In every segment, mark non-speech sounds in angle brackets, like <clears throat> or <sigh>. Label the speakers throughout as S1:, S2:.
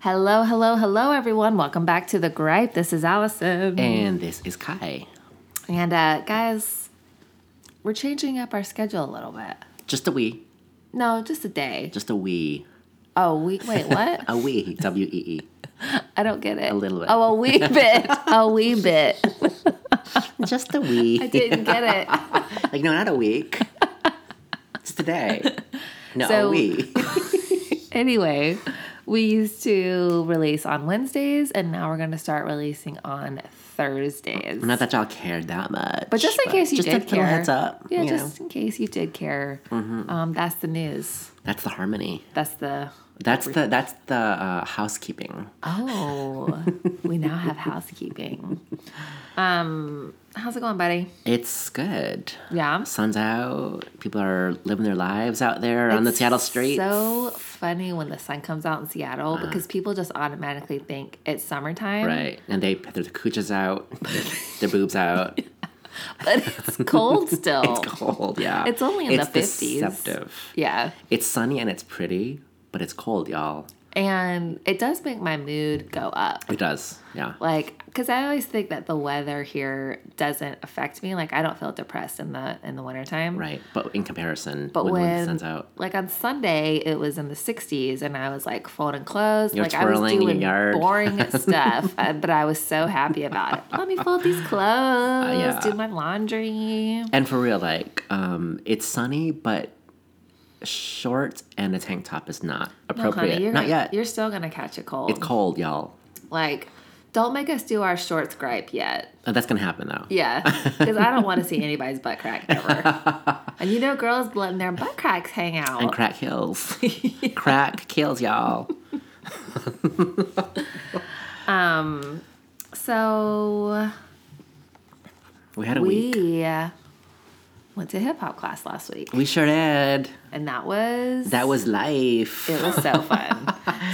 S1: Hello, hello, hello, everyone. Welcome back to The Gripe. This is Allison.
S2: And this is Kai.
S1: And uh, guys, we're changing up our schedule a little bit.
S2: Just a wee.
S1: No, just a day.
S2: Just a wee.
S1: Oh, we
S2: <laughs>
S1: wait, what? <laughs>
S2: A wee. W E E.
S1: I don't get it. A
S2: little bit.
S1: Oh, a
S2: <laughs>
S1: wee bit. a wee bit.
S2: Just a wee.
S1: I didn't get it.
S2: Like, no, not a week. It's today. No,
S1: So- <laughs>
S2: a wee.
S1: Anyway, we used to release on Wednesdays, and now we're going to start releasing on Thursdays.
S2: Not that y'all care that much.
S1: But just in case you
S2: just
S1: did
S2: a
S1: care,
S2: little heads up. Mm-hmm.
S1: Yeah,
S2: you
S1: just
S2: know.
S1: in case you did care. Um, that's the news.
S2: that's the harmony.
S1: That's the
S2: That's the that's the uh, housekeeping.
S1: oh. we now have housekeeping. Um, how's it going, buddy?
S2: It's good.
S1: Yeah.
S2: Sun's out. People are living their lives out there on the
S1: It's
S2: Seattle streets.
S1: So
S2: Uh-huh.
S1: funny when the sun comes out in Seattle because people just automatically think it's summertime,
S2: right, and they put their cooches out, <laughs> their boobs out.
S1: <laughs> But
S2: <laughs>
S1: it's cold still.
S2: It's cold, yeah.
S1: It's only in
S2: it's
S1: the 50s.
S2: Deceptive.
S1: Yeah,
S2: It's sunny and it's pretty, but it's cold, y'all.
S1: and it does make my mood go up.
S2: It does, yeah.
S1: like because i always think that the weather here doesn't affect me like i don't feel depressed in the in the wintertime
S2: Right, but in comparison,
S1: but
S2: when,
S1: when,
S2: when the sun's out,
S1: like on sunday it was in the 60s and i was like folding clothes
S2: You're
S1: like i was
S2: twirling in your
S1: doing
S2: yard.
S1: boring
S2: <laughs>
S1: stuff uh, but i was so happy about it let me fold
S2: <laughs>
S1: these clothes
S2: Uh, yeah.
S1: do my laundry
S2: and for real, like um, it's sunny, but shorts and a tank top is not
S1: No,
S2: appropriate.
S1: Oh, honey, you're,
S2: not
S1: gonna-
S2: yet.
S1: you're still gonna catch a cold
S2: It's cold, y'all.
S1: like don't make us do our shorts gripe yet
S2: Oh, that's gonna happen though. <laughs>
S1: Yeah, because I don't want to see anybody's butt crack ever. and you know, girls letting their butt cracks hang out.
S2: And crack
S1: <laughs>
S2: kills. crack kills, y'all.
S1: so
S2: We had a week.
S1: we uh, went to hip hop class last week,
S2: We sure did.
S1: and that was
S2: That was life.
S1: it was so fun.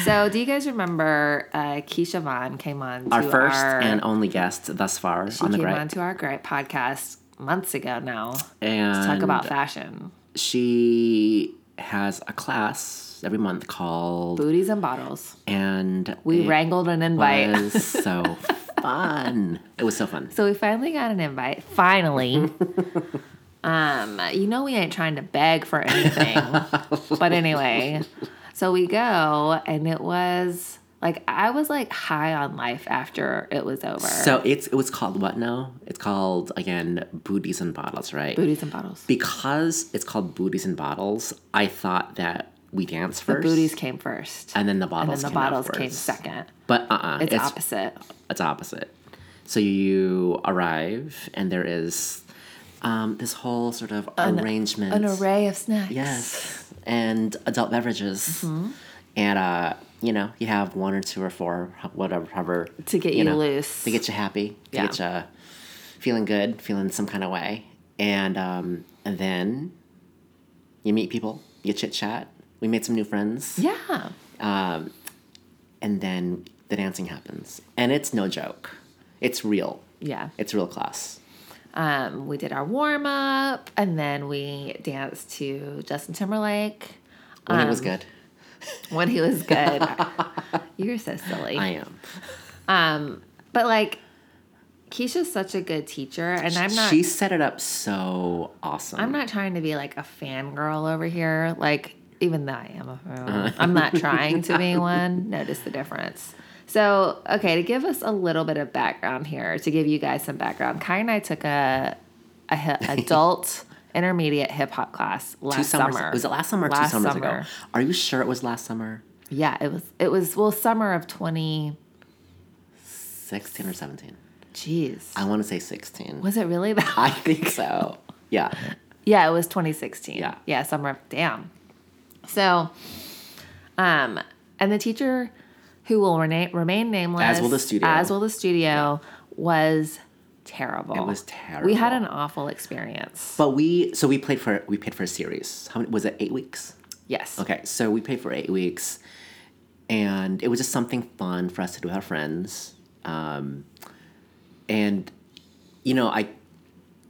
S1: so, do you guys remember uh, Keisha Vaughn came on to
S2: our first
S1: our-
S2: and only guest thus far
S1: she
S2: on the
S1: came
S2: gripe.
S1: on to our great podcast months ago now.
S2: and uh,
S1: Talk about fashion,
S2: she has a class every month called
S1: booties and bottles.
S2: and
S1: We
S2: it
S1: wrangled an invite.
S2: was so fun it was so
S1: <laughs>
S2: fun
S1: So we finally got an invite.
S2: <laughs>
S1: Finally. um, you know we ain't trying to beg for anything. but anyway, so we go and it was like I was like high on life after it was over.
S2: so it's it was called what now it's called again booties and bottles right
S1: booties and bottles.
S2: because it's called booties and bottles i thought that we dance first
S1: Booties came first.
S2: and then the
S1: And
S2: bottles
S1: then the
S2: came
S1: bottles came
S2: afterwards.
S1: second.
S2: but uh-uh
S1: It's,
S2: it's, it's,
S1: opposite.
S2: opposite so you arrive and there is um, this whole sort of arrangement
S1: An array of snacks.
S2: Yes, and adult beverages,
S1: Mm-hmm.
S2: and uh, you know, you have one or two or four, ho- whatever, however,
S1: To get you loose.
S2: to get you happy, to
S1: Yeah.
S2: get you feeling good, feeling some kind of way, and um, and then you meet people, you chit chat. We made some new friends,
S1: Yeah.
S2: and then the dancing happens, and it's no joke, it's real,
S1: Yeah.
S2: it's real class.
S1: Um, we did our warm up and then we danced to Justin Timberlake.
S2: When it was
S1: Um,
S2: good,
S1: when he was <laughs> good. You're so silly.
S2: I am.
S1: but like, Keisha's such a good teacher, and I'm not.
S2: she set it up so awesome.
S1: I'm not trying to be like a fangirl over here. Like, even though I am a
S2: Uh-huh.
S1: fangirl, I'm not trying to
S2: <laughs>
S1: be one. Notice the difference. So, okay, to give us a little bit of background here, to give you guys some background, Kai and I took a, a
S2: <laughs>
S1: hi- adult intermediate hip hop class last
S2: two summers.
S1: summer.
S2: Was it last summer or
S1: Last
S2: two summers
S1: summer.
S2: ago? Are you sure it was last summer?
S1: Yeah, it was. It was well, summer of twenty.
S2: 16 or 17?
S1: Jeez,
S2: I want to say 16.
S1: was it really <laughs> that?
S2: <laughs> I think so. Yeah.
S1: Yeah, it was 2016.
S2: Yeah.
S1: Yeah, summer of damn. So, um, and the teacher who will remain, remain nameless,
S2: As will the studio.
S1: as will the studio, was terrible.
S2: It was
S1: We had an
S2: terrible.
S1: awful experience.
S2: But we, so we played for, we paid for a series. How many, was it eight weeks?
S1: Yes.
S2: Okay. So we paid for eight weeks. And it was just something fun for us to do with our friends. Um, and, you know, I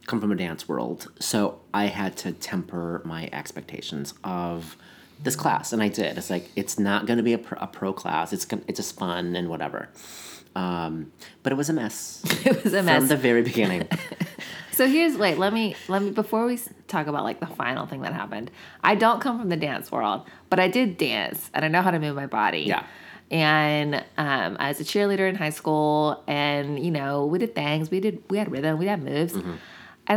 S2: come from a dance world. So I had to temper my expectations of this class, and I did. It's like it's not going to be a pro, a pro class. It's gonna, it's just fun and whatever. Um, but it was a
S1: <laughs>
S2: mess
S1: <laughs> It was a mess.
S2: from the very beginning. <laughs>
S1: So here's wait, let me let me before we s- talk about like the final thing that happened. I don't come from the dance world, but I did dance and I know how to move my body.
S2: Yeah.
S1: And um, I was a cheerleader in high school, and you know we did things. We did we had rhythm, we had moves, and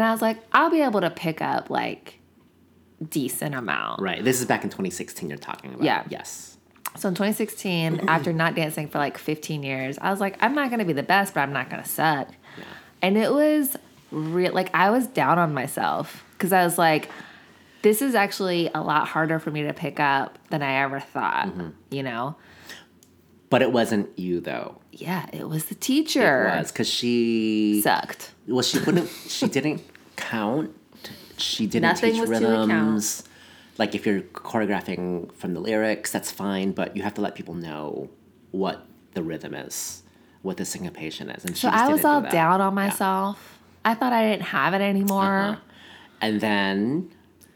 S1: I was like, I'll be able to pick up like decent amount.
S2: right. This is back in 2016. You're talking about.
S1: Yeah.
S2: Yes.
S1: So in 2016,
S2: <clears throat>
S1: after not dancing for like 15 years, I was like, I'm not gonna be the best, but I'm not gonna suck. And it was real, like I was down on myself because I was like, this is actually a lot harder for me to pick up than I ever thought.
S2: Mm-hmm.
S1: You know?
S2: But it wasn't you though.
S1: Yeah, it was the
S2: It
S1: teacher.
S2: was because she
S1: Sucked.
S2: well she wouldn't she didn't count. She didn't
S1: Nothing
S2: teach
S1: was to account.
S2: rhythms. Like if you're choreographing from the lyrics, that's fine, but you have to let people know what the rhythm is, what the syncopation is. And she
S1: So
S2: just
S1: I was
S2: didn't do
S1: all
S2: that.
S1: down on myself. I thought I didn't have it anymore.
S2: Uh-huh. And then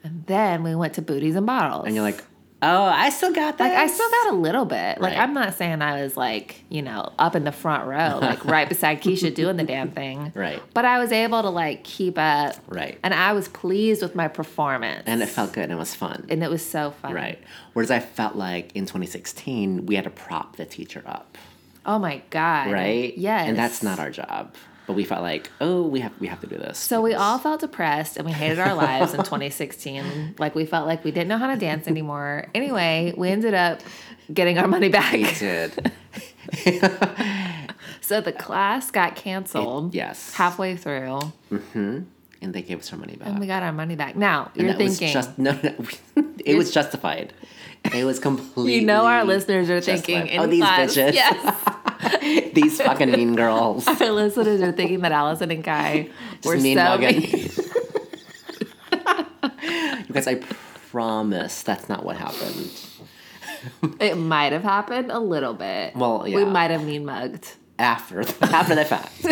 S1: And then we went to booties and bottles.
S2: and you're like, oh, I still got that.
S1: Like I still got a little bit. Like
S2: Right.
S1: I'm not saying I was like, you know, up in the front row, like right
S2: <laughs>
S1: beside Keisha doing the damn thing.
S2: Right.
S1: But I was able to like keep up.
S2: Right.
S1: And I was pleased with my performance.
S2: and it felt good and it was fun.
S1: and it was so fun.
S2: right. Whereas I felt like in 2016 we had to prop the teacher up.
S1: Oh my God.
S2: right?
S1: Yes.
S2: and that's not our job. But we felt like, oh, we have we have to do this.
S1: So we all felt depressed and we hated our lives in
S2: <laughs>
S1: 2016. Like we felt like we didn't know how to dance anymore. Anyway, we ended up getting our money
S2: we
S1: back. <laughs>
S2: did.
S1: So the class got canceled.
S2: yes.
S1: Halfway through,
S2: and they gave us our money back.
S1: and we got our money back. Now
S2: And
S1: you're
S2: that
S1: thinking,
S2: was just no, no <laughs> it was justified. It was completely.
S1: You know, our listeners are thinking,
S2: justified.
S1: in
S2: oh, these
S1: class-
S2: bitches,
S1: Yes.
S2: <laughs> these fucking mean girls,
S1: Our listeners are thinking that Allison and Kai <laughs> were
S2: <laughs> just mean
S1: so mean.
S2: mugging. <laughs> because I promise that's not what happened.
S1: It might have happened a little bit.
S2: Well,
S1: We
S2: yeah.
S1: might have mean mugged.
S2: after after the <laughs> fact.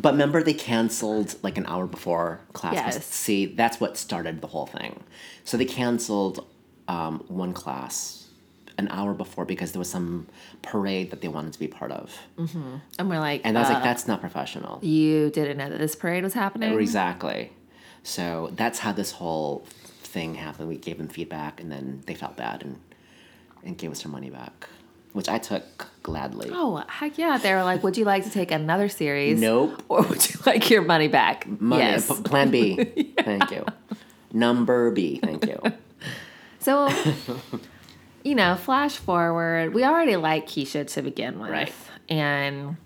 S2: but remember, they canceled like an hour before class. was-
S1: Yes.
S2: See, that's what started the whole thing. So they canceled um, one class an hour before because there was some parade that they wanted to be part of,
S1: And we're like,
S2: and I was
S1: uh,
S2: like, "That's not professional."
S1: you didn't know that this parade was happening?
S2: Exactly. So that's how this whole thing happened. We gave them feedback, and then they felt bad and and gave us their money back, which I took gladly.
S1: Oh, heck yeah. They were like, would you like to take another series?
S2: Nope.
S1: <laughs> Or would you like your money back?
S2: Money.
S1: Yes.
S2: P-
S1: <laughs>
S2: plan B. Thank you. Number B. Thank you.
S1: So,
S2: <laughs>
S1: you know, flash forward, we already like Keisha to begin with.
S2: Right.
S1: And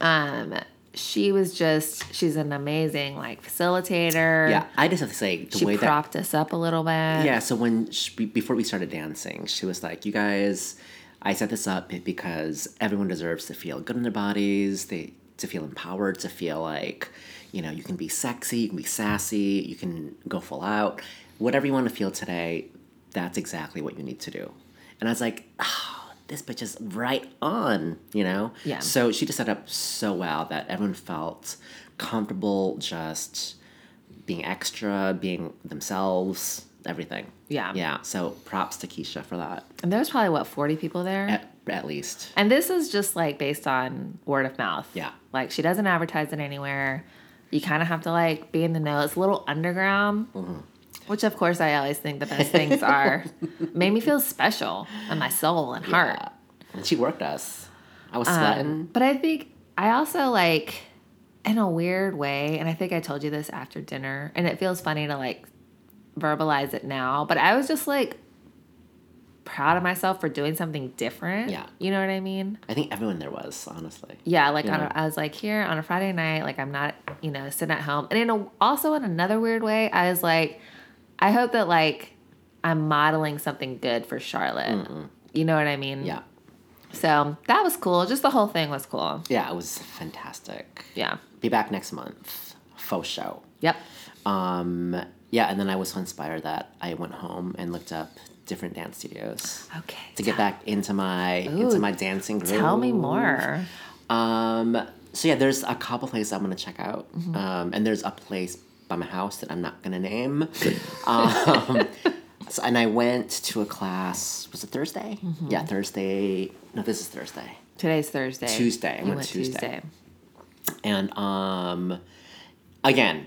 S1: um she was just she's an amazing like facilitator.
S2: Yeah, I just have to say the
S1: She
S2: way
S1: propped us up a little bit.
S2: that. Yeah, so when she, be- before we started dancing, she was like, "You guys, I set this up because everyone deserves to feel good in their bodies. They to feel empowered, to feel like, you know, you can be sexy, you can be sassy, you can go full out. Whatever you want to feel today, that's exactly what you need to do." And I was like, "Oh, this bitch is right on," you know.
S1: Yeah.
S2: So she just set up so well that everyone felt comfortable just being extra, being themselves, everything.
S1: Yeah.
S2: Yeah. So props to Keisha for that,
S1: And there was probably what, forty people there?
S2: at, at least.
S1: And this is just like based on word of mouth.
S2: Yeah.
S1: Like she doesn't advertise it anywhere. You kind of have to like be in the know. It's a little underground,
S2: Mm-hmm.
S1: which of course I always think the best
S2: <laughs>
S1: things are. Made me feel special in my soul and heart.
S2: And she worked us. I
S1: Um,
S2: was sweating.
S1: But I think I also like, in a weird way, and I think I told you this after dinner, and it feels funny to like verbalize it now, but I was just like proud of myself for doing something different.
S2: Yeah.
S1: You know what I mean?
S2: I think everyone there was, honestly.
S1: Yeah, like on
S2: Yeah.
S1: a, I was like here on a Friday night, like I'm not, you know, sitting at home. And in a, also in another weird way, I was like, I hope that like I'm modeling something good for Charlotte. You know what I mean?
S2: Yeah.
S1: So that was cool. Just the whole thing was cool.
S2: Yeah, it was fantastic.
S1: Yeah.
S2: Be back next month. Faux show.
S1: Yep.
S2: Um, yeah, and then I was so inspired that I went home and looked up different dance studios
S1: Okay.
S2: to get back into my into my dancing group.
S1: Oh, Tell me more.
S2: Um, so yeah, there's a couple places I'm gonna check out, <laughs> um, and there's a place by my house that I'm not gonna name. um, So, and I went to a class. Was it Thursday? Yeah, Thursday. No, this is Thursday.
S1: Today's Thursday.
S2: Tuesday. I
S1: You
S2: went Tuesday. And um, again,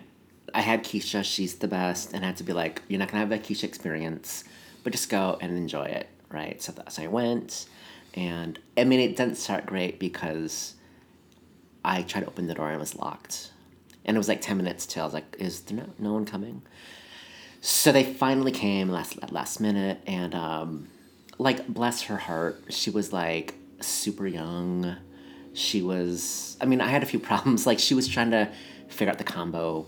S2: I had Keisha. She's the best, and I had to be like, you're not gonna have that Keisha experience, but just go and enjoy it, right? So, th- so I went, and I mean, it didn't start great because I tried to open the door and it was locked, and it was like ten minutes till I was like, is there no, no one coming? So they finally came last last minute, and um, like bless her heart, she was like super young. She was. I mean, I had a few <laughs> problems. Like she was trying to figure out the combo,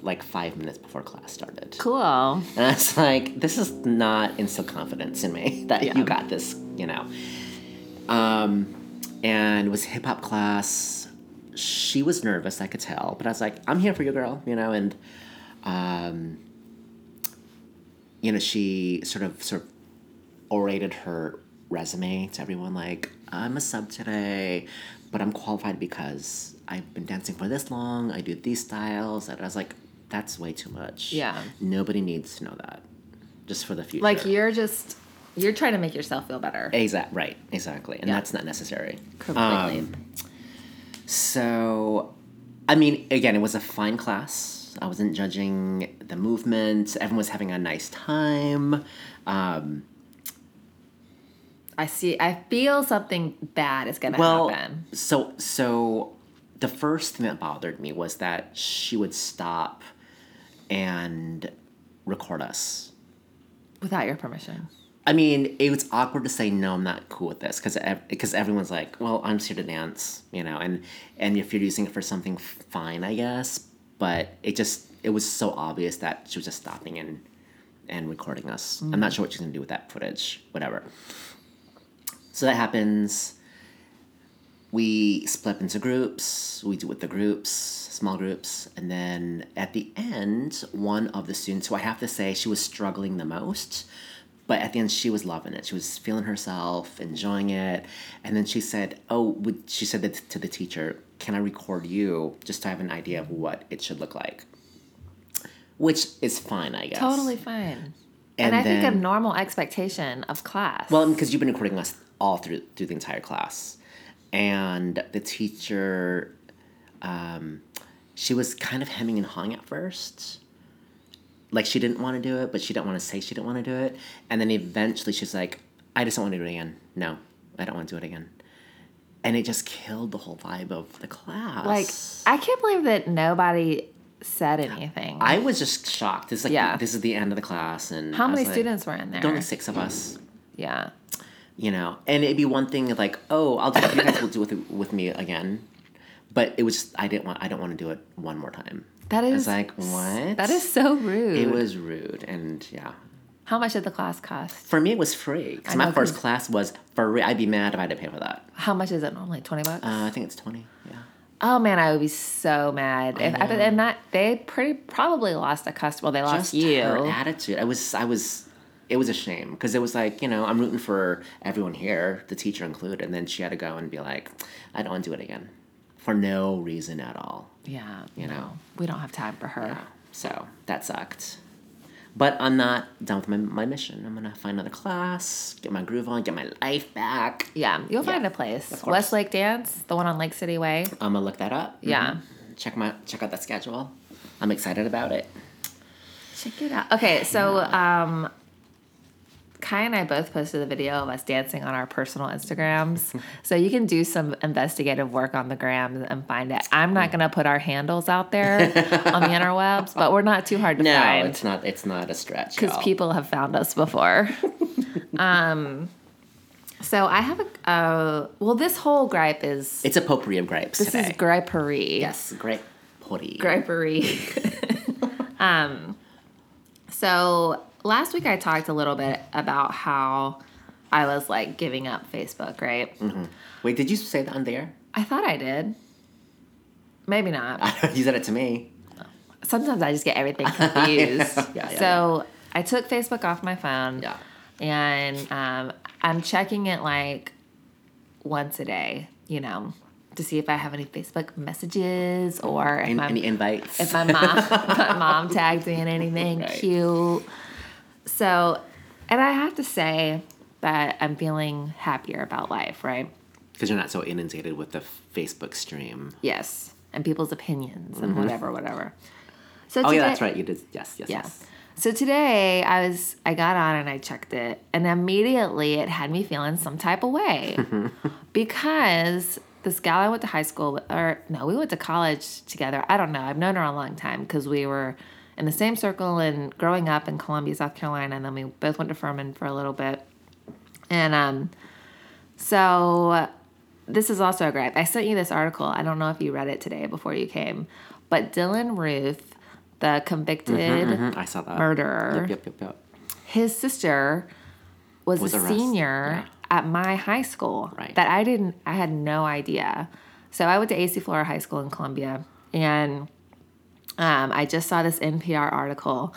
S2: like five minutes before class started.
S1: Cool.
S2: And I was like, this is not instill confidence in me <laughs> that you got this, you know. Um, and it was hip hop class. She was nervous, I could tell, but I was like, I'm here for you, girl, you know. And, um, you know, she sort of sort of orated her resume to everyone like, I'm a sub today, but I'm qualified because I've been dancing for this long. I do these styles, and I was like, that's way too much.
S1: Yeah.
S2: Nobody needs to know that, just for the future.
S1: Like you're just you're trying to make yourself feel better.
S2: Exact right, exactly, and that's not necessary.
S1: Completely.
S2: Um, so, I mean, again, it was a fine class. I wasn't judging the movement. Everyone was having a nice time. Um,
S1: I see. I feel something bad is gonna
S2: well,
S1: happen.
S2: so so the first thing that bothered me was that she would stop and record us.
S1: Without your permission.
S2: I mean, it was awkward to say no. I'm not cool with this because because everyone's like, well, I'm just here to dance, you know, and and if you're using it for something, fine, I guess. But it just it was so obvious that she was just stopping and and recording us. I'm not sure what she's gonna do with that footage, whatever. So that happens. We split up into groups. We do with the groups, small groups, and then at the end, one of the students who I have to say she was struggling the most, but at the end she was loving it. She was feeling herself, enjoying it, and then she said, "Oh," would, she said that to the teacher, "Can I record you just to have an idea of what it should look like?" Which is fine, I guess.
S1: Totally fine.
S2: And
S1: And, I think a
S2: then-
S1: normal expectation of class.
S2: Well, because Um, you've been recording us all through through the entire class, and the teacher, um, she was kind of hemming and hawing at first. Like she didn't want to do it, but she didn't want to say she didn't want to do it, and then eventually she's like, "I just don't want to do it again. No, I don't want to do it again," and it just killed the whole vibe of the class.
S1: like I can't believe that nobody said anything.
S2: I was just shocked. It's like
S1: Yeah.
S2: this is the end of the class, and
S1: How
S2: I was
S1: many
S2: like,
S1: students were in there?
S2: Only six of us.
S1: yeah.
S2: you know and it'd be one thing if, like oh i'll do you guys will do it with, with me again but it was just, i didn't want i don't want to do it one more time
S1: That
S2: I
S1: is
S2: was like what
S1: That is so rude.
S2: it was rude and yeah
S1: How much did the class cost?
S2: for me it was free because
S1: I
S2: my
S1: know,
S2: first
S1: 'cause-
S2: class was free i'd be mad if i had to pay for that
S1: How much is it normally? Twenty bucks.
S2: uh, i think it's 20 yeah
S1: oh man, I would be so mad. If, I but and that they pretty probably lost a customer. Well, they lost
S2: just her
S1: you.
S2: attitude i was i was it was a shame because it was like you know i'm rooting for everyone here the teacher included and then she had to go and be like i don't want to do it again for no reason at all
S1: Yeah, you
S2: know.
S1: we don't have time for her.
S2: So that sucked. But I'm not done with my, my mission. I'm gonna find another class, get my groove on, get my life back.
S1: Yeah, you'll find a place.
S2: course.
S1: Westlake Dance, the one on Lake City Way.
S2: I'm gonna look that up.
S1: Yeah.
S2: Mhm. Check my check out that schedule. I'm excited about it.
S1: Check it out. Okay, so um, Kai and I both posted a video of us dancing on our personal Instagrams.
S2: <laughs>
S1: so you can do some investigative work on the gram and find it. I'm not going to put our handles out there
S2: <laughs>
S1: on the interwebs, but we're not too hard to
S2: No,
S1: find
S2: it's not it's not a stretch.
S1: because
S2: y'all.
S1: people have found us before. <laughs> um, so I have a, uh, well, this whole gripe is,
S2: it's a potpourri of grapes
S1: this
S2: today.
S1: is gripery.
S2: yes, grape potpourri.
S1: <laughs> gripery. um, so last week I talked a little bit about how I was like giving up Facebook, right?
S2: Wait, did you say that on <laughs> there?
S1: I thought I did. Maybe not.
S2: you said it to me.
S1: Sometimes I just get everything confused.
S2: <laughs> Yeah, yeah,
S1: so I took Facebook off my phone. And um, I'm checking it like once a day, you know, to see if I have any Facebook messages or if
S2: And,
S1: I'm
S2: any
S1: <laughs>
S2: invites?
S1: if my mom my mom tags me in anything
S2: Right.
S1: cute. So And I have to say that I'm feeling happier about life, right?
S2: Because you're not so inundated with the Facebook stream.
S1: Yes. And people's opinions and whatever, whatever. So
S2: Mm-hmm. Oh,
S1: today,
S2: yeah, that's right. You did. Yes, yes,
S1: Yeah.
S2: yes.
S1: So today I was I got on and I checked it and immediately it had me feeling some type of
S2: <laughs>
S1: way. because this gal I went to high school with, or no, we went to college together. I don't know. I've known her a long time because we were in the same circle and growing up in Columbia, South Carolina, and then we both went to Furman for a little bit. And um, so this is also a gripe. I sent you this article. I don't know if you read it today before you came, but Dylan Ruth, the convicted
S2: Mhm, I saw that.
S1: murderer,
S2: Yep, yep, yep, yep.
S1: his sister was,
S2: Was
S1: a
S2: arrested,
S1: senior at my high school
S2: Right.
S1: that I didn't I had no idea. So I went to AC Flora High School in Columbia and um, I just saw this NPR article.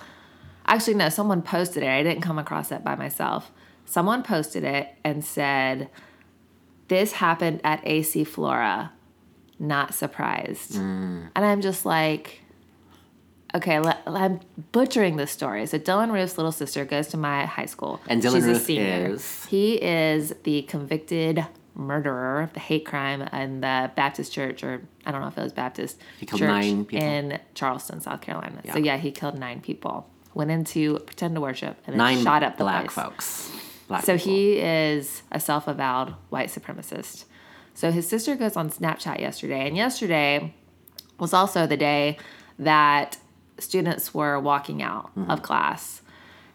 S1: Actually, no, someone posted it. I didn't come across it by myself. Someone posted it and said, This happened at AC Flora. Not surprised.
S2: Mm.
S1: And I'm just like, okay, le- I'm butchering this story. So Dylan Roof's little sister goes to my high school.
S2: And Dylan
S1: She's a
S2: Roof
S1: senior.
S2: is-
S1: He is the convicted murderer of the hate crime in the Baptist church, or I don't know if it was Baptist.
S2: He killed
S1: church
S2: nine people.
S1: in Charleston, South Carolina. So yeah, he killed nine people. Went into pretend to worship and then
S2: Nine
S1: shot up the
S2: black
S1: place.
S2: folks. Black
S1: So
S2: people.
S1: he is a self avowed white supremacist. So his sister goes on Snapchat yesterday, and yesterday was also the day that students were walking out of class.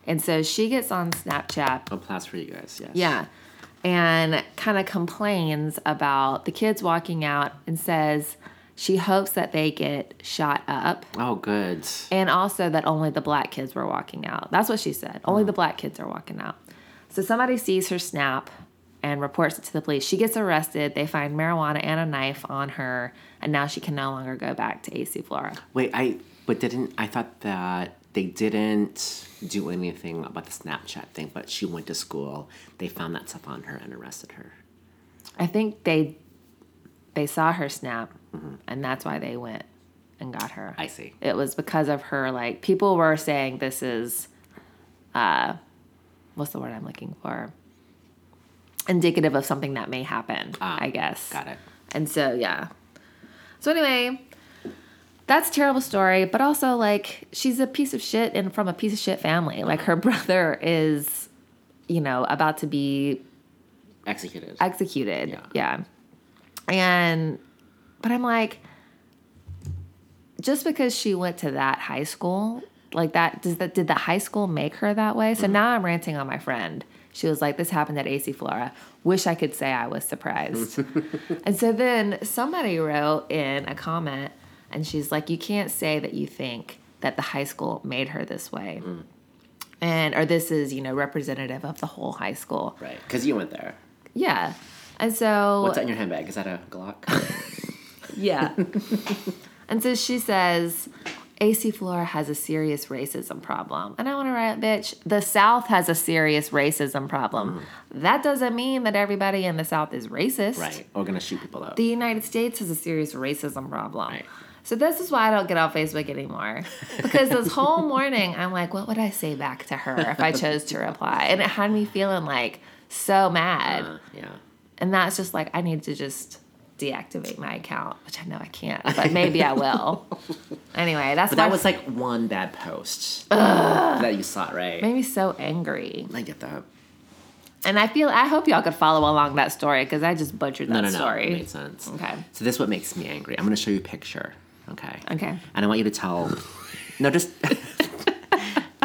S1: And so she gets on Snapchat
S2: Applause for you guys. Yes.
S1: yeah. And kind of complains about the kids walking out and says she hopes that they get shot up.
S2: Oh, good.
S1: And also that only the black kids were walking out. That's what she said. Only the black kids are walking out. So somebody sees her snap and reports it to the police. She gets arrested. They find marijuana and a knife on her. And now she can no longer go back to AC Flora.
S2: Wait, I but didn't I thought that they didn't do anything about the Snapchat thing, but she went to school. They found that stuff on her and arrested her.
S1: I think they they saw her snap, and that's why they went and got her.
S2: I see.
S1: It was because of her. Like people were saying, this is, uh, what's the word I'm looking for? Indicative of something that may happen. I guess.
S2: Got it.
S1: And so yeah. So anyway, that's a terrible story, but also like she's a piece of shit and from a piece of shit family. Like her <laughs> brother is, you know, about to be
S2: Executed.
S1: executed.
S2: Yeah.
S1: Yeah. And but I'm like just because she went to that high school, like that does that did the high school make her that way? So now I'm ranting on my friend. She was like, This happened at AC Flora. Wish I could say I was <laughs> surprised. and so then somebody wrote in a comment and she's like, You can't say that you think that the high school made her this way. And or this is, you know, representative of the whole high school.
S2: right. Because you went there.
S1: Yeah. And so
S2: What's that in your handbag? Is that a
S1: <laughs>
S2: Glock?
S1: Yeah. <laughs> and so she says, AC Flora has a serious racism problem. And I want to write, bitch, the South has a serious racism problem. That doesn't mean that everybody in the South is racist.
S2: Mm-hmm. right. Or gonna shoot people up.
S1: The United States has a serious racism problem.
S2: Right.
S1: So this is why I don't get on Facebook anymore. Because this
S2: <laughs>
S1: whole morning I'm like, what would I say back to her if I chose to reply? And it had me feeling like so mad.
S2: Uh, yeah.
S1: And that's just like, I need to just deactivate my account, which I know I can't, but maybe I
S2: <laughs>
S1: will. Anyway, that's
S2: But
S1: why
S2: that was like one bad post that you saw, right?
S1: made me so angry.
S2: I get that.
S1: And I feel, I hope y'all could follow along that story because I just butchered that
S2: No, no, no. It
S1: story.
S2: made sense.
S1: Okay.
S2: So this is what makes me angry. I'm gonna show you a picture. Okay.
S1: Okay.
S2: And I want you to tell. no,
S1: <laughs>
S2: just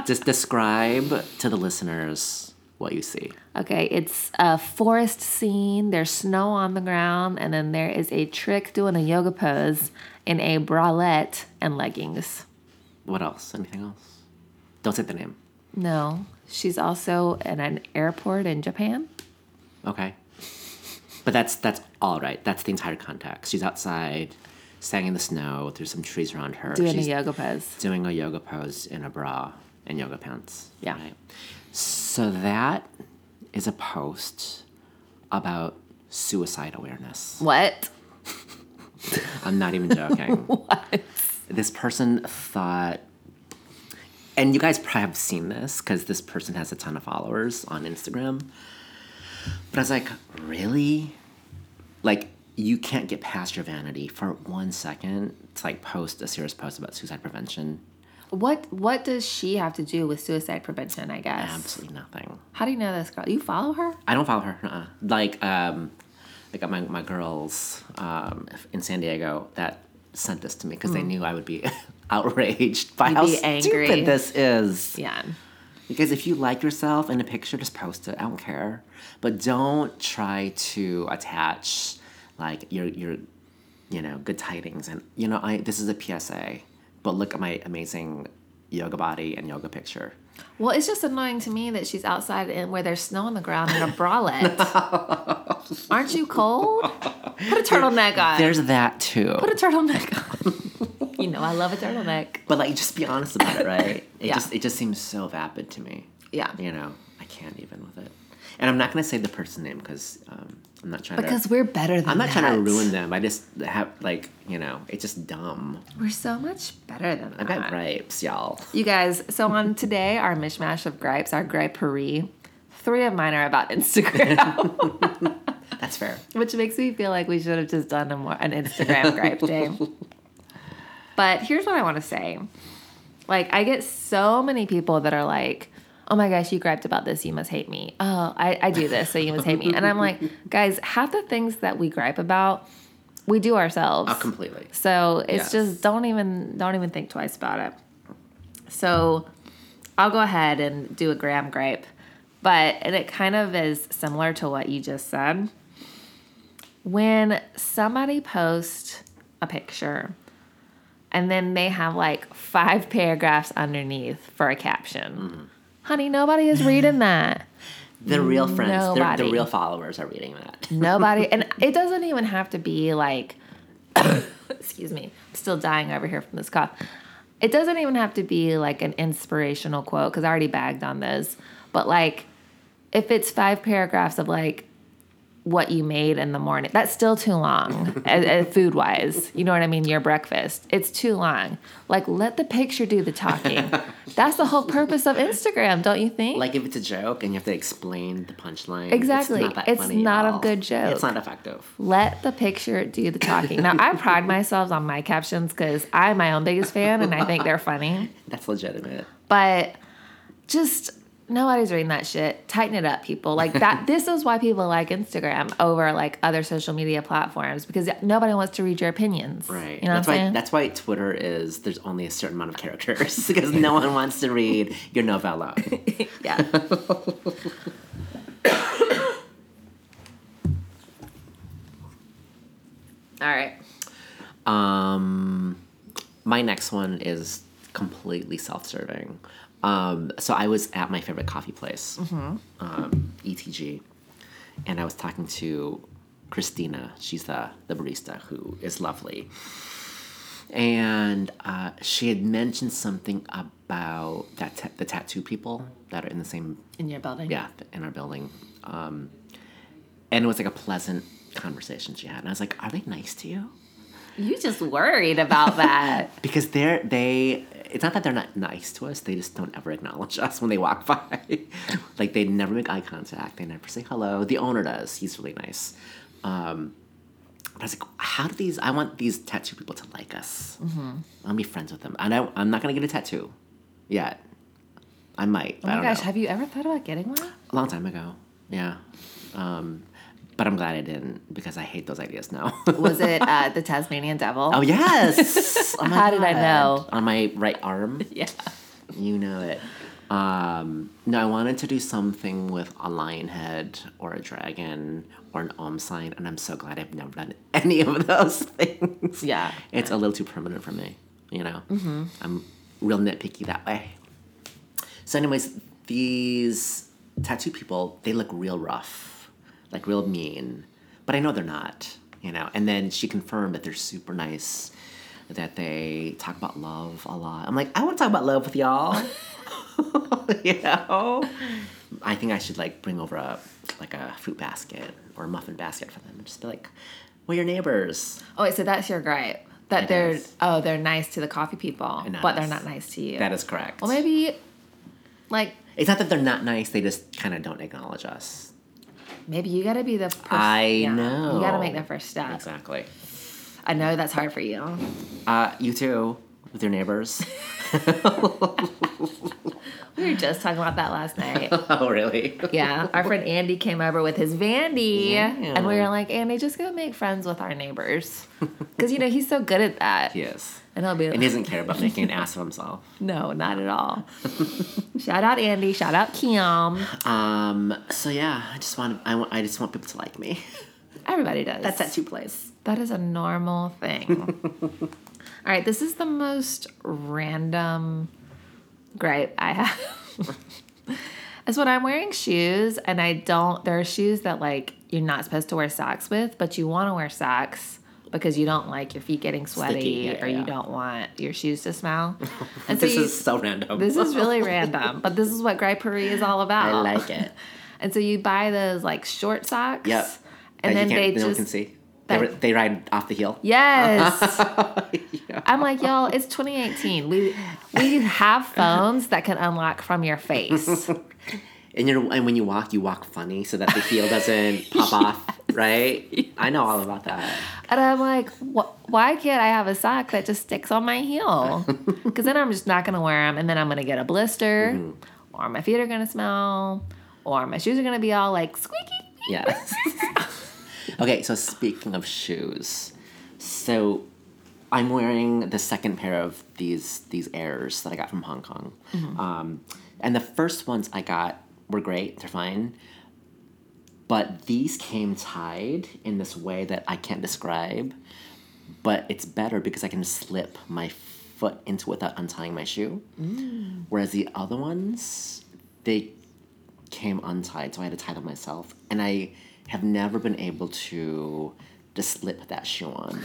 S2: just describe to the listeners what you see.
S1: Okay, it's a forest scene. There's snow on the ground, and then there is a trick doing a yoga pose in a bralette and leggings.
S2: What else? Anything else? Don't say the name.
S1: No, she's also in an airport in Japan.
S2: Okay. But that's that's all right. That's the entire context. She's outside, standing in the snow. There's some trees around her.
S1: Doing
S2: She's
S1: a yoga pose.
S2: doing a yoga pose in a bra and yoga pants.
S1: Yeah.
S2: So that is a post about suicide awareness.
S1: What?
S2: I'm not even joking. what? This person thought and you guys probably have seen this because this person has a ton of followers on Instagram. But I was like, really? Like, you can't get past your vanity for one second to like post a serious post about suicide prevention.
S1: What What does she have to do with suicide prevention? I guess.
S2: Absolutely nothing.
S1: How do you know this girl? You follow her?
S2: I don't follow her. nuh-uh. Like, um, I got my, my girls um, in San Diego that sent this to me because they knew I would be <laughs> outraged by
S1: Mm. You'd
S2: how
S1: be angry.
S2: stupid this is.
S1: Yeah.
S2: Because if you like yourself in a picture, just post it. I don't care. But don't try to attach like your your you know good tidings and you know I this is a PSA. But look at my amazing yoga body and yoga picture.
S1: Well, it's just annoying to me that she's outside and where there's snow on the ground in a bralette. <laughs> Aren't you cold? Put a turtleneck on.
S2: There's that too.
S1: Put a turtleneck on. <laughs> you know, I love a turtleneck.
S2: But like just be honest about
S1: <laughs>
S2: it, right? It
S1: Yeah.
S2: just it just seems so vapid to me.
S1: Yeah.
S2: You know, I can't even with it. And I'm not gonna say the person's name because um, I'm not trying
S1: Because
S2: to.
S1: we're better than
S2: I'm not
S1: that.
S2: trying to ruin them. I just have like you know, it's just dumb.
S1: We're so much better than that.
S2: I got gripes, y'all.
S1: You guys, so on today, our mishmash of gripes, our griperie, three of mine are about <laughs> Instagram,
S2: That's fair.
S1: which makes me feel like we should have just done a more, an Instagram gripe day. But here's what I want to say. Like, I get so many people that are like, oh my gosh, you griped about this, you must hate me. Oh, I, I do this, so you must hate me. And I'm like, guys, half the things that we gripe about, we do ourselves.
S2: Oh, completely.
S1: So it's
S2: Yes.
S1: just don't even don't even think twice about it. So I'll go ahead and do a graham gripe, but and it kind of is similar to what you just said. When somebody posts a picture and then they have like five <laughs> paragraphs underneath for a caption. Honey, nobody is reading that.
S2: The real friends, the, the
S1: Nobody.
S2: real followers are reading that.
S1: Nobody, and it doesn't even have to be like, <coughs> excuse me, I'm still dying over here from this cough. It doesn't even have to be like an inspirational quote because I already bagged on those. But like, if it's five paragraphs of like what you made in the morning, that's still too long, <laughs> food wise. You know what I mean? Your breakfast, it's too long. Like, let the picture do the talking. that's the whole purpose of Instagram, don't you think?
S2: Like if it's a joke and you have to explain the punchline.
S1: Exactly.
S2: It's not, that
S1: It's
S2: funny,
S1: not a
S2: y'all.
S1: good joke.
S2: It's not effective.
S1: Let the picture do the talking. Now, I pride myself on my captions because I'm my own biggest fan and I think they're funny.
S2: That's legitimate.
S1: But just nobody's reading that shit. Tighten it up, people. Like
S2: <laughs>
S1: that. this is why people like Instagram over like other social media platforms because nobody wants to read your opinions.
S2: Right.
S1: You know
S2: that's
S1: what I'm
S2: why
S1: saying?
S2: that's why Twitter is there's only a certain amount of characters <laughs> because no one wants to read your
S1: <laughs>
S2: novella.
S1: yeah.
S2: <laughs>
S1: <coughs> All right.
S2: Um, my next one is completely self-serving. Um, so I was at my favorite coffee place,
S1: Mm-hmm.
S2: um, ETG, and I was talking to Christina. She's the the barista who is lovely, and uh, she had mentioned something about that ta- the tattoo people that are in the same
S1: In your building.
S2: yeah, th- in our building. Um, and it was like a pleasant conversation she had. And I was like, are they nice to you?
S1: You just worried about that.
S2: Because they're, they, it's not that they're not nice to us, they just don't ever acknowledge us when they walk <laughs> by. like they never make eye contact, they never say hello. The owner does, he's really nice. Um, but I was like, how do these, I want these tattoo people to like us.
S1: Mm-hmm.
S2: I want to be friends with them. And I, I'm not going to get a tattoo yet. I might.
S1: Oh
S2: I
S1: my
S2: don't
S1: gosh,
S2: know.
S1: have you ever thought about getting one?
S2: A long time ago. Yeah. Um, but I'm glad I didn't because I hate those ideas now.
S1: <laughs> Was it uh, the Tasmanian Devil?
S2: <laughs> oh, yes. Oh my
S1: How did I
S2: God.
S1: know?
S2: On my right arm.
S1: <laughs> yeah.
S2: You know it. Um, no, I wanted to do something with a lion head or a dragon or an om sign, and I'm so glad I've never done any of <laughs> those things.
S1: Yeah.
S2: It's a little too permanent for me, you know? Mm-hmm. I'm real nitpicky that way. So, anyways, these tattoo people, they look real rough, like real mean, but I know they're not, you know? And then she confirmed that they're super nice, that they talk about love a lot. I'm like, I want to talk about love with y'all. <laughs> you know? I think I should like bring over a like a fruit basket or a muffin basket for them and just be like, we're your neighbors.
S1: Oh, wait, so that's your gripe. that
S2: It
S1: they're
S2: is.
S1: oh they're nice to the coffee people,
S2: Not
S1: but they're
S2: us.
S1: not nice to you.
S2: That is correct.
S1: well, maybe like
S2: It's not that they're not nice, they just kind of don't acknowledge us.
S1: maybe you got to be the. Person,
S2: I
S1: You got to
S2: know.
S1: make that first step.
S2: Exactly.
S1: I know that's hard for you.
S2: Uh, you too, with your neighbors.
S1: We were just talking about that last night.
S2: <laughs> <laughs> oh, really?
S1: Yeah, our friend Andy came over with his Vandy, and we
S2: Yeah.
S1: were like, Andy, just go make friends with our neighbors, because you know he's so good at that.
S2: Yes.
S1: And I'll be
S2: And
S1: like,
S2: he doesn't care about making an ass of himself.
S1: no, not at
S2: <laughs>
S1: all. shout out Andy, shout out Kim.
S2: Um. So yeah, I just want I, want I just want people to like me. <laughs>
S1: Everybody does.
S2: That's at two plays.
S1: That is a normal
S2: <laughs>
S1: thing. All right, this is the most random gripe I
S2: <laughs>
S1: have. is when I'm wearing shoes and I don't, there are shoes that like you're not supposed to wear socks with, but you want to wear socks because you don't like your feet getting sweaty
S2: Sticky, yeah,
S1: or you
S2: yeah.
S1: don't want your shoes to
S2: <laughs>
S1: smell. And so
S2: This
S1: you-
S2: is so random.
S1: this is really random, but this is what gripery is all about.
S2: <laughs> I like it.
S1: And so you buy those like short socks.
S2: Yep.
S1: And
S2: That
S1: then
S2: you
S1: they
S2: can't- no one
S1: just
S2: can see.
S1: that-
S2: They, ri- they ride off the heel.
S1: Yes.
S2: <laughs> Yeah.
S1: I'm like, y'all, it's 2018. We we have phones that can unlock from your
S2: <laughs>
S1: face.
S2: And you're and when you walk, you walk funny so that the heel
S1: <laughs>
S2: doesn't pop off, right? I know all about that.
S1: And I'm like, wh- why can't I have a sock that just sticks on my
S2: <laughs>
S1: heel? Because then I'm just not going to wear them. And then I'm going to get a blister,
S2: Mm-hmm.
S1: or my feet are going to smell, or my shoes are going to be all like squeaky.
S2: Yes. <laughs> okay, so speaking of shoes, so I'm wearing the second pair of these these Airs that I got from Hong Kong, um, and the first ones I got were great. They're fine. But these came tied in this way that I can't describe, but it's better because I can slip my foot into it without untying my shoe. Whereas the other ones, they came untied, so I had to tie them myself. And I have never been able to just slip that shoe on.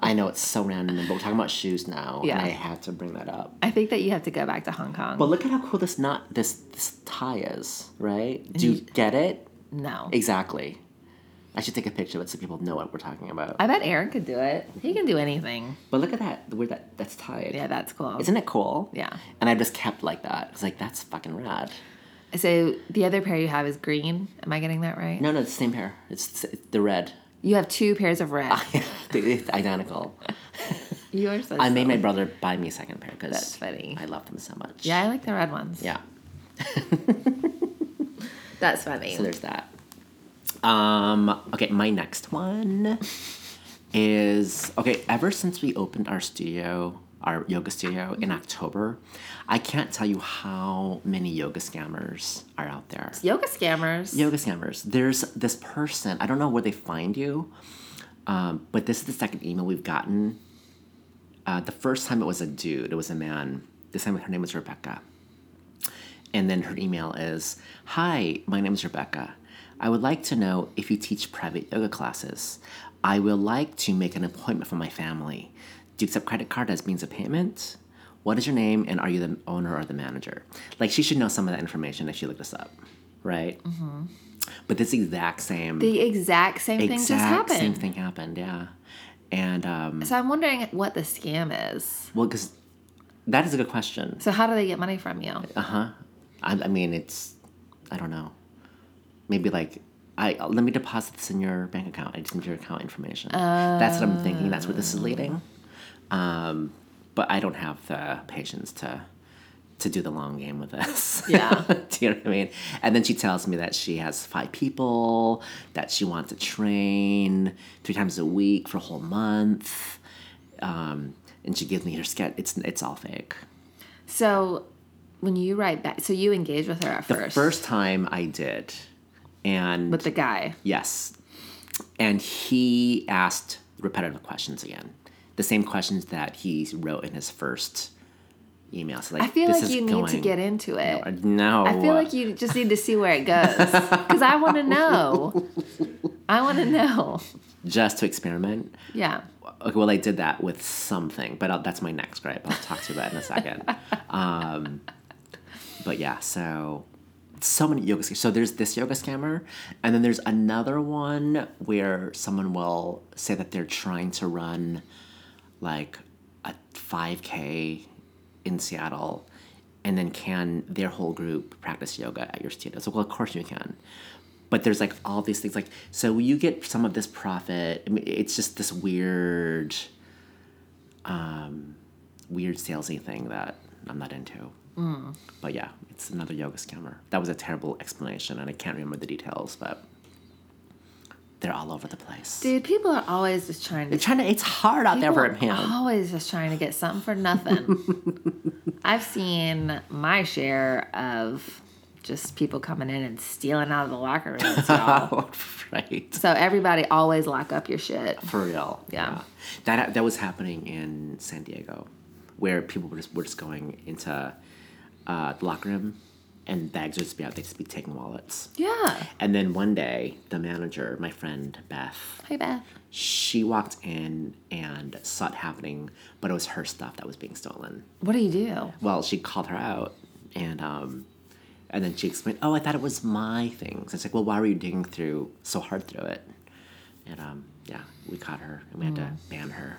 S2: I know it's so random, but we're talking about shoes now,
S1: Yeah.
S2: and I had to bring that up.
S1: I think that you have to go back to Hong Kong.
S2: But look at how cool this knot, this this tie is, right? Do you get it?
S1: no.
S2: Exactly. I should take a picture of it so people know what we're talking about.
S1: I bet Aaron could do it. He can do anything.
S2: But look at that, where that that's tied.
S1: Yeah, that's cool.
S2: Isn't it cool?
S1: Yeah.
S2: And I just kept like that. It's like that's fucking rad.
S1: so the other pair you have is green. Am I getting that right?
S2: No, no, it's the same pair. It's, it's the red. <laughs>
S1: You have two pairs of red.
S2: Ah, it's identical.
S1: you are so
S2: I made
S1: silly.
S2: my brother buy me a second pair because
S1: That's funny.
S2: I love them so much.
S1: Yeah, I like the red ones.
S2: Yeah.
S1: That's funny.
S2: So there's that. Um, okay, my next one is okay, ever since we opened our studio, our yoga studio in October, I can't tell you how many yoga scammers are out there.
S1: Yoga scammers.
S2: Yoga scammers. There's this person, I don't know where they find you, um, but this is the second email we've gotten. Uh, the first time it was a dude, it was a man. This time her name was Rebecca. And then her email is Hi, my name is Rebecca. I would like to know if you teach private yoga classes. I will like to make an appointment for my family. Do you accept credit card as means of payment? What is your name and are you the owner or the manager? Like, she should know some of that information if she looked us up, right? Mm-hmm. But this exact same,
S1: The exact same thing just
S2: exact
S1: happened.
S2: same thing happened, yeah. And, um,
S1: So I'm wondering what the scam is.
S2: well, because that is a good question.
S1: So how do they get money from you?
S2: Ah. I, I mean, it's, I don't know. Maybe like, I let me deposit this in your bank account. I just need your account information. That's what I'm thinking. That's where this is leading. Um, but I don't have the patience to to do the long game with this. <laughs>
S1: Yeah.
S2: do you know what I mean? And then she tells me that she has five people that she wants to train three times a week for a whole month. Um, and she gives me her sketch. It's it's all fake.
S1: So when you write back, so you engage with her at
S2: The
S1: first,
S2: first time I did, and
S1: with the guy.
S2: yes, and he asked repetitive questions again, the same questions that he wrote in his first email. So like,
S1: I feel
S2: this
S1: like
S2: is
S1: you need
S2: going,
S1: to get into it.
S2: No,
S1: I feel like you just need to see where it
S2: <laughs>
S1: goes because I want to know. I want to know.
S2: just to experiment.
S1: Yeah.
S2: Okay, well, I did that with something, but I'll, that's my next gripe. I'll talk to you about it in a second. Um, but yeah, so so many yoga scammers. So there's this yoga scammer, and then there's another one where someone will say that they're trying to run like a 5K in Seattle, and then can their whole group practice yoga at your studio? So, well, of course you can. But there's like all these things, like, so you get some of this profit. I mean, it's just this weird, um, weird salesy thing that I'm not into. But yeah, it's another yoga scammer. That was a terrible explanation, and I can't remember the details, but they're all over the place.
S1: Dude, people are always just trying to
S2: They're trying to, it's hard out there for
S1: People are
S2: him.
S1: Always just trying to get something for nothing. I've seen my share of just people coming in and stealing out of the locker rooms. y'all.
S2: <laughs> right.
S1: so everybody always lock up your shit.
S2: For real.
S1: Yeah.
S2: That that was happening in San Diego, where people were just were just going into uh, the locker room, and bags would just be out. They'd just be taking wallets.
S1: Yeah.
S2: And then one day, the manager, my friend Beth,
S1: Hey Beth.
S2: she walked in and saw it happening, but it was her stuff that was being stolen.
S1: What do you do?
S2: Well, she called her out, and um, and then she explained, "Oh, I thought it was my things." It's like, well, why were you digging through so hard through it? And um, yeah, we caught her, and we had to ban her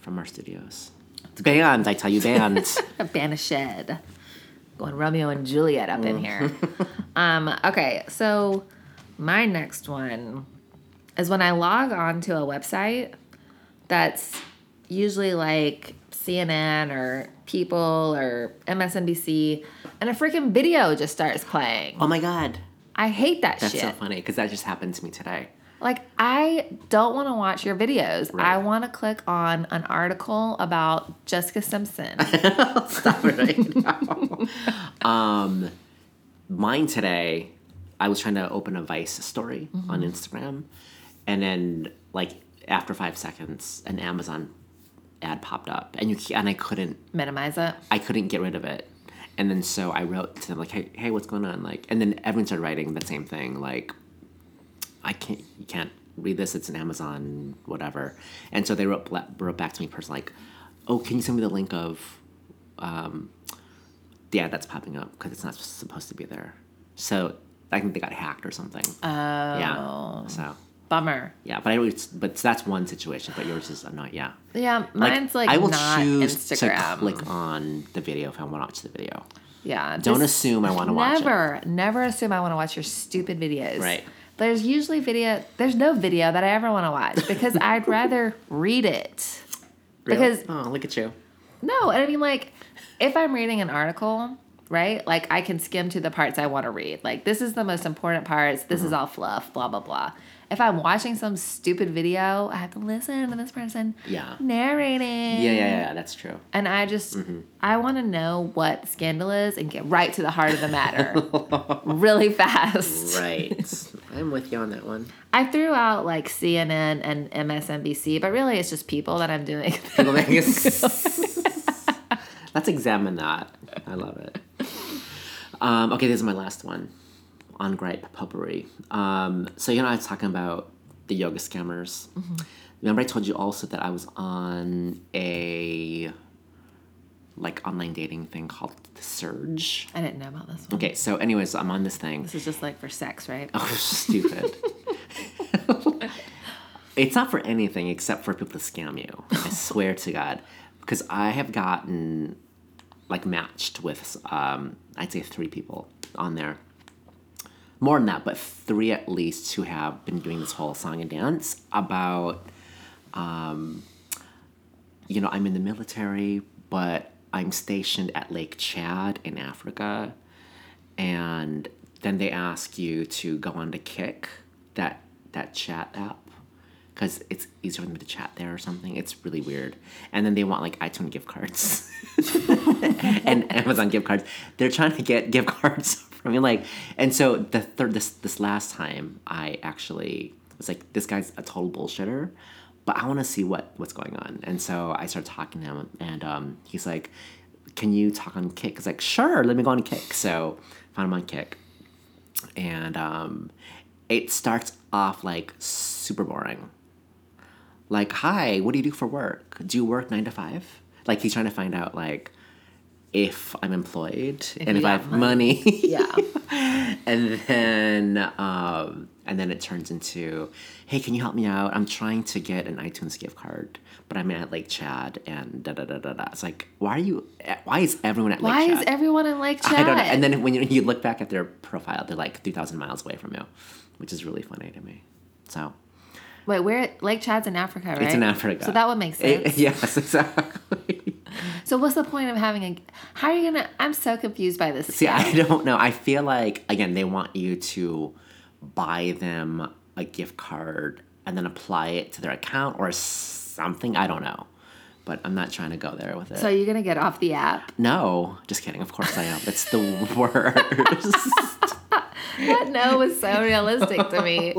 S2: from our studios. Banned, I tell you, banned.
S1: Ban a shed. Going Romeo and Juliet up
S2: Mm.
S1: in
S2: <laughs>
S1: here. um, okay, so my next one is when I log on to a website that's usually like CNN or People or MSNBC, and a freaking video just starts playing.
S2: <laughs> oh my god,
S1: I hate that
S2: that's
S1: shit.
S2: so funny because that just happened to me today.
S1: Like, I don't want to watch your videos.
S2: Right.
S1: I want to click on an article about Jessica
S2: <laughs>
S1: Simpson.
S2: Stop it right now. <laughs> um, mine today, I was trying to open a Vice story on Instagram, and then like after five seconds, an Amazon ad popped up, and you ca- and I couldn't
S1: Minimize it.
S2: I couldn't get rid of it. And then so I wrote to them like, hey, hey, what's going on? Like, and then everyone started writing the same thing like, I can't, you can't read this. It's an Amazon whatever. And so they wrote bla- wrote back to me personally like, oh, can you send me the link of, um, the ad that's popping up because it's not supposed to be there. So I think they got hacked or something.
S1: Oh.
S2: Yeah. So
S1: Bummer.
S2: yeah, but I was, but that's one situation. But yours is not. Yeah.
S1: Yeah, mine's like,
S2: I will
S1: not
S2: choose to
S1: Instagram.
S2: click on the video if I want to watch the video.
S1: yeah,
S2: Don't
S1: just
S2: assume I want to watch it.
S1: never, never assume I want to watch your stupid videos.
S2: Right.
S1: There's usually video. There's no video that I ever want to watch because
S2: <laughs>
S1: I'd rather read it. Because
S2: oh, look at you.
S1: no, and I mean like, if I'm reading an article, right? Like I can skim to the parts I want to read. Like this is the most important parts. This
S2: Mm-hmm.
S1: is all fluff. Blah blah blah. If I'm watching some stupid video, I have to listen to this person
S2: Yeah.
S1: narrating.
S2: Yeah, yeah, yeah, yeah, that's true.
S1: And I just,
S2: Mm-hmm.
S1: I want to know what the scandal is and get right to the heart of the
S2: <laughs>
S1: matter really fast.
S2: Right. <laughs> I'm with you on that one.
S1: I threw out like CNN and MSNBC, but really it's just people that I'm doing. <laughs>
S2: People <laughs> make us- Let's examine that. I love it. Um, okay, this is my last one on gripe potpourri. Um, so, you know, I was talking about the yoga scammers. Remember, I told you also that I was on a like online dating thing called The Surge.
S1: I didn't know about this one.
S2: Okay, so, anyways, I'm on this thing. <laughs>
S1: This is just like for sex, right?
S2: Oh, stupid. it's not for anything except for people to scam you. I swear to God. Because I have gotten like matched with, um, I'd say three people on there. More than that, but three at least who have been doing this whole song and dance about um, you know, I'm in the military, but I'm stationed at Lake Chad in Africa. And then they ask you to go on to Kick, that that chat app, because it's easier for them to chat there or something. It's really weird. And then they want like iTunes gift cards <laughs> and Amazon gift cards. They're trying to get gift cards <laughs> from me, like, and so the third this this last time, I actually was like, this guy's a total bullshitter, but I want to see what what's going on, and so I started talking to him, and um, he's like, can you talk on Kick? I was like, sure, let me go on Kick. So found him on Kick, and um, it starts off like super boring like hi what do you do for work do you work nine to five like he's trying to find out like if I'm employed and
S1: you
S2: if I
S1: have
S2: have money.
S1: <laughs> Yeah.
S2: <laughs> and then um, and then it turns into, hey, can you help me out? I'm trying to get an iTunes gift card, but I'm at Lake Chad and da da da da da. It's like, why are you? eh, Why is everyone at
S1: Why
S2: Lake Chad?
S1: is everyone in Lake Chad?
S2: I don't know. And then when you, you look back at their profile, they're like 3,000 miles away from you, which is really funny to me. So
S1: Wait, where Lake Chad's in Africa, right?
S2: it's in Africa.
S1: So that would make
S2: It-
S1: sense.
S2: yes, <laughs> exactly.
S1: So what's the point of having a? How are you gonna? I'm so confused by this.
S2: See, I don't know. I feel like, again, they want you to buy them a gift card and then apply it to their account or something. I don't know. But I'm not trying to go there with it.
S1: So are you gonna get off the
S2: <laughs>
S1: app?
S2: no, just kidding. Of course I am. It's the <laughs> worst.
S1: <laughs> That no was so realistic to
S2: <laughs>
S1: me.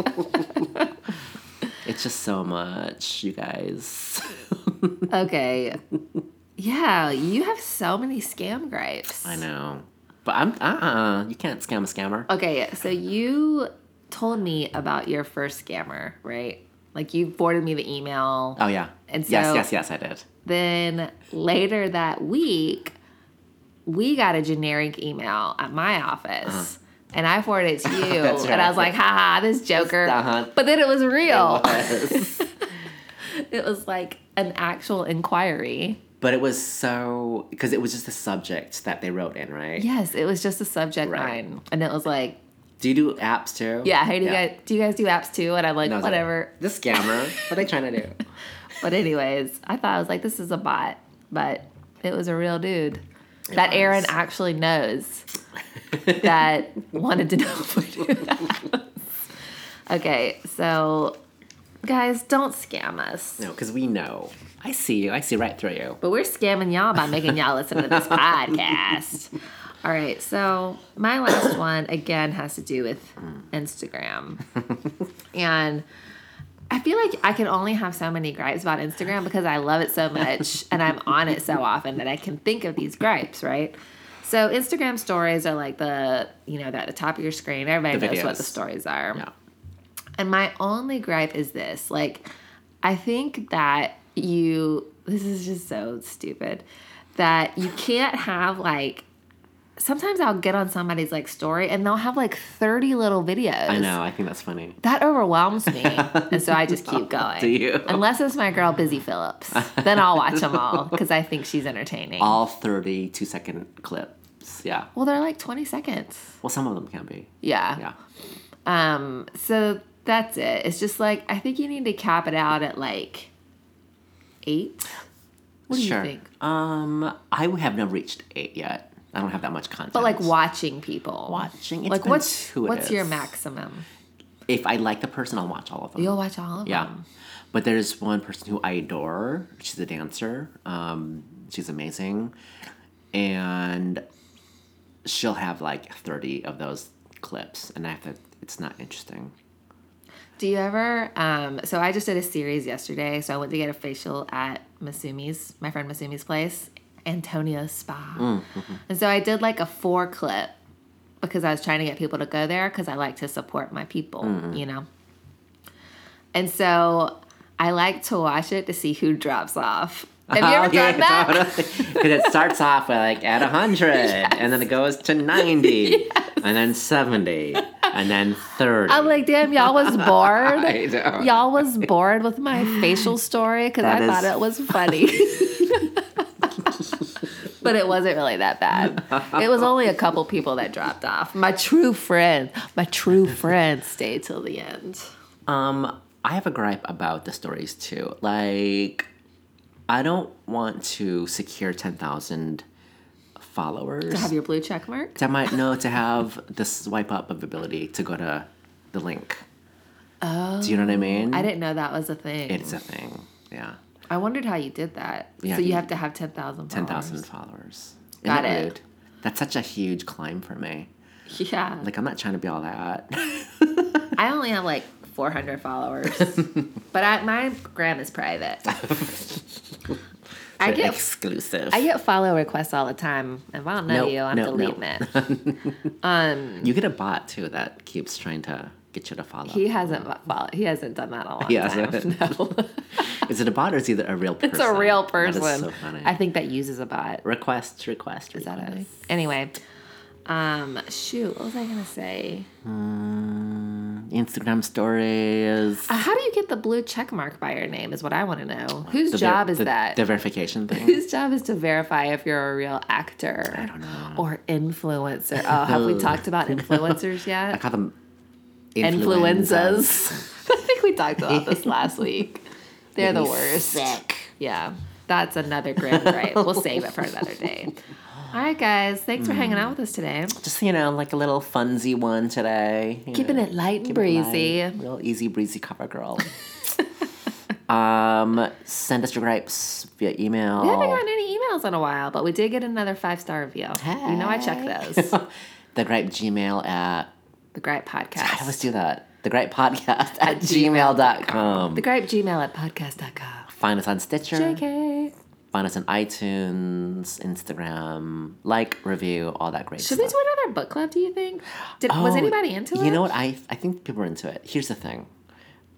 S2: it's just so much, you guys.
S1: Okay. Yeah, you have so many scam gripes.
S2: I know. But I'm uh uh you can't scam a scammer.
S1: Okay, so you told me about your first scammer, right? Like you forwarded me the email.
S2: Oh yeah.
S1: And so-
S2: yes, yes, yes, I did.
S1: Then later that week, we got a generic email at my office. And I forwarded
S2: <laughs>
S1: it to you.
S2: Uh-huh. That's
S1: And I was
S2: right.
S1: like, haha, this joker.
S2: Uh-huh.
S1: But then it was real.
S2: It was. <laughs>
S1: <laughs> It was like an actual inquiry.
S2: but it was so because it was just the subject that they wrote in, right?
S1: Yes, it was just a subject
S2: Right.
S1: line. And it was like,
S2: Do you do apps too?
S1: yeah, hey, do you guys do you guys do apps too? And I'm like,
S2: And I was like,
S1: whatever.
S2: this scammer. what are they trying to do?
S1: <laughs> But anyways, I thought I was like, this is a bot, but it was a real dude. that Aaron
S2: was.
S1: actually knows that wanted to know if we do that. Okay, so guys, don't scam us.
S2: No, because we know. I see you. I see right through you.
S1: But we're scamming y'all by making y'all listen to
S2: <laughs>
S1: this podcast. All right, so my
S2: <coughs>
S1: last one again has to do with
S2: <laughs>
S1: Instagram. and I feel like I can only have so many gripes about Instagram because I love it so much and I'm on it so often that I can think of these gripes, right? So Instagram stories are like the, you know, they're at the top of your screen. Everybody
S2: The
S1: knows what
S2: videos.
S1: the stories are.
S2: Yeah.
S1: And my only gripe is this like, I think that you, this is just so stupid, that you can't have like, sometimes I'll get on somebody's like story and they'll have like 30 little videos.
S2: I know. I think that's funny.
S1: That overwhelms me. and so I
S2: <laughs>
S1: just keep going.
S2: Do you?
S1: Unless it's my girl, Busy Phillips. then I'll watch them all because I think she's entertaining.
S2: All 32 second clips. Yeah.
S1: well, they're like 20 seconds.
S2: Well, some of them can be.
S1: Yeah.
S2: Yeah.
S1: Um, so that's it. It's just like I think you need to cap it out at like eight. What do
S2: sure.
S1: you think?
S2: Um, I have never reached eight yet. I don't have that much content.
S1: But like watching people.
S2: Watching, it
S1: like
S2: depends
S1: what's
S2: who it
S1: what's your
S2: is.
S1: maximum?
S2: if I like the person, I'll watch all of them.
S1: You'll watch all of
S2: Yeah.
S1: them.
S2: But there's one person who I adore. She's a dancer. Um, she's amazing. And she'll have like 30 of those clips. And I have to, it's not interesting.
S1: Do you ever? Um, so I just did a series yesterday. So I went to get a facial at Masumi's, my friend Masumi's place, Antonio Spa. And so I did like a four clip because I was trying to get people to go there because I like to support my people, you know. And so I like to watch it to see who drops off. Have you
S2: <laughs>
S1: ever
S2: Okay,
S1: done that?
S2: Because it starts off with like at 100, and then it goes to 90,
S1: <laughs>
S2: and then 70, and then 30.
S1: I'm like, damn, y'all was bored.
S2: <laughs> I know.
S1: Y'all was bored with my
S2: <laughs>
S1: facial story because I
S2: That
S1: thought
S2: is-
S1: it
S2: <laughs>
S1: was funny. <laughs> but it wasn't really that bad. It was only a couple people that dropped off. My true friend, my true friend stayed till the end.
S2: Um, I have a gripe about the stories too. Like, I don't want to secure ten thousand followers.
S1: Have your blue check mark?
S2: I might know to have the swipe up of ability to go to the link. Oh, do you know what I mean?
S1: I didn't know that was a thing.
S2: It's a thing. Yeah,
S1: I wondered how you did that.
S2: Yeah,
S1: so you
S2: you-
S1: have to have 10,000
S2: ten thousand followers. Isn't
S1: Got
S2: that
S1: it.
S2: rude? That's such a huge climb for me.
S1: <laughs> Yeah.
S2: Like, I'm not trying to be all that.
S1: I only have like 400
S2: <laughs>
S1: followers, but I, my gram is private. I
S2: <laughs> They're
S1: get
S2: exclusive.
S1: I get follow requests all the time. If I don't know
S2: No,
S1: you, I'm
S2: no, no.
S1: deleting it. um,
S2: you get a bot too that keeps trying to get you to follow.
S1: He hasn't followed, he hasn't done that in a long
S2: <laughs> He
S1: time. <laughs>
S2: hasn't. <laughs>
S1: No.
S2: is it a bot or is it a real person?
S1: it's a real
S2: That is
S1: person.
S2: so funny.
S1: I think that uses a bot.
S2: request, request,
S1: Is that
S2: request.
S1: it? Anyway, um, shoot, what was I gonna say?
S2: Mm, Instagram stories.
S1: Uh, how do you get the blue check mark by your name? Is what I want to know. Whose
S2: The ver-
S1: job is
S2: the-
S1: that?
S2: The
S1: <laughs>
S2: verification thing.
S1: Whose job is to verify if you're a real actor?
S2: I don't know.
S1: Or influencer. Oh, have we
S2: No.
S1: talked
S2: <laughs>
S1: about influencers
S2: I
S1: yet?
S2: call them
S1: Influenzas. <laughs> I think we talked about this last week. They're the
S2: Make me
S1: worst.
S2: sick.
S1: Yeah. That's another grim gripe. We'll save it for another <laughs> day. All right, guys. Thanks for hanging out with us today.
S2: Just you know, like a little funsy one today. you
S1: Keeping
S2: know,
S1: it light and
S2: keep it light.
S1: breezy.
S2: real easy breezy
S1: <laughs>
S2: cover girl. <laughs> um, send us your gripes via email.
S1: We haven't gotten any emails in a while, but we did get another five star review. You know, I check <laughs> those.
S2: <laughs> the gripe gmail at
S1: The Gripe
S2: I
S1: Podcast.
S2: always do that. The gripe podcast at gmail.com.
S1: the Gripe Gmail at podcast.com.
S2: Find us on
S1: Uh.
S2: Stitcher.
S1: JK.
S2: Find us on iTunes, Instagram, like, review, all that great
S1: Should
S2: stuff.
S1: we do another book club, do you think? Did, was
S2: Oh,
S1: anybody into it?
S2: You know what? I I think people are into it. Here's the thing.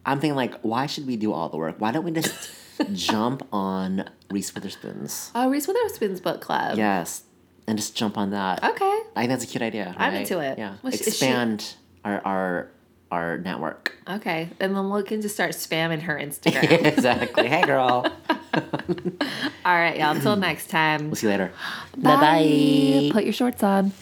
S2: I'm thinking like, why should we do all the work? Why don't
S1: <laughs>
S2: we just jump on Reese Witherspoon's?
S1: Oh, Reese Witherspoon's book club.
S2: Yes, and just jump on that.
S1: Okay.
S2: I think that's a cute idea.
S1: Oh. I'm
S2: right?
S1: into it.
S2: Yeah,
S1: Well, she- she-
S2: expand our our our network. <laughs>
S1: Okay. And then we can just start spamming her Instagram.
S2: exactly. Hey,
S1: <laughs>
S2: girl.
S1: All right, y'all. Until next time.
S2: We'll see you later. Bye bye.
S1: Put your shorts on.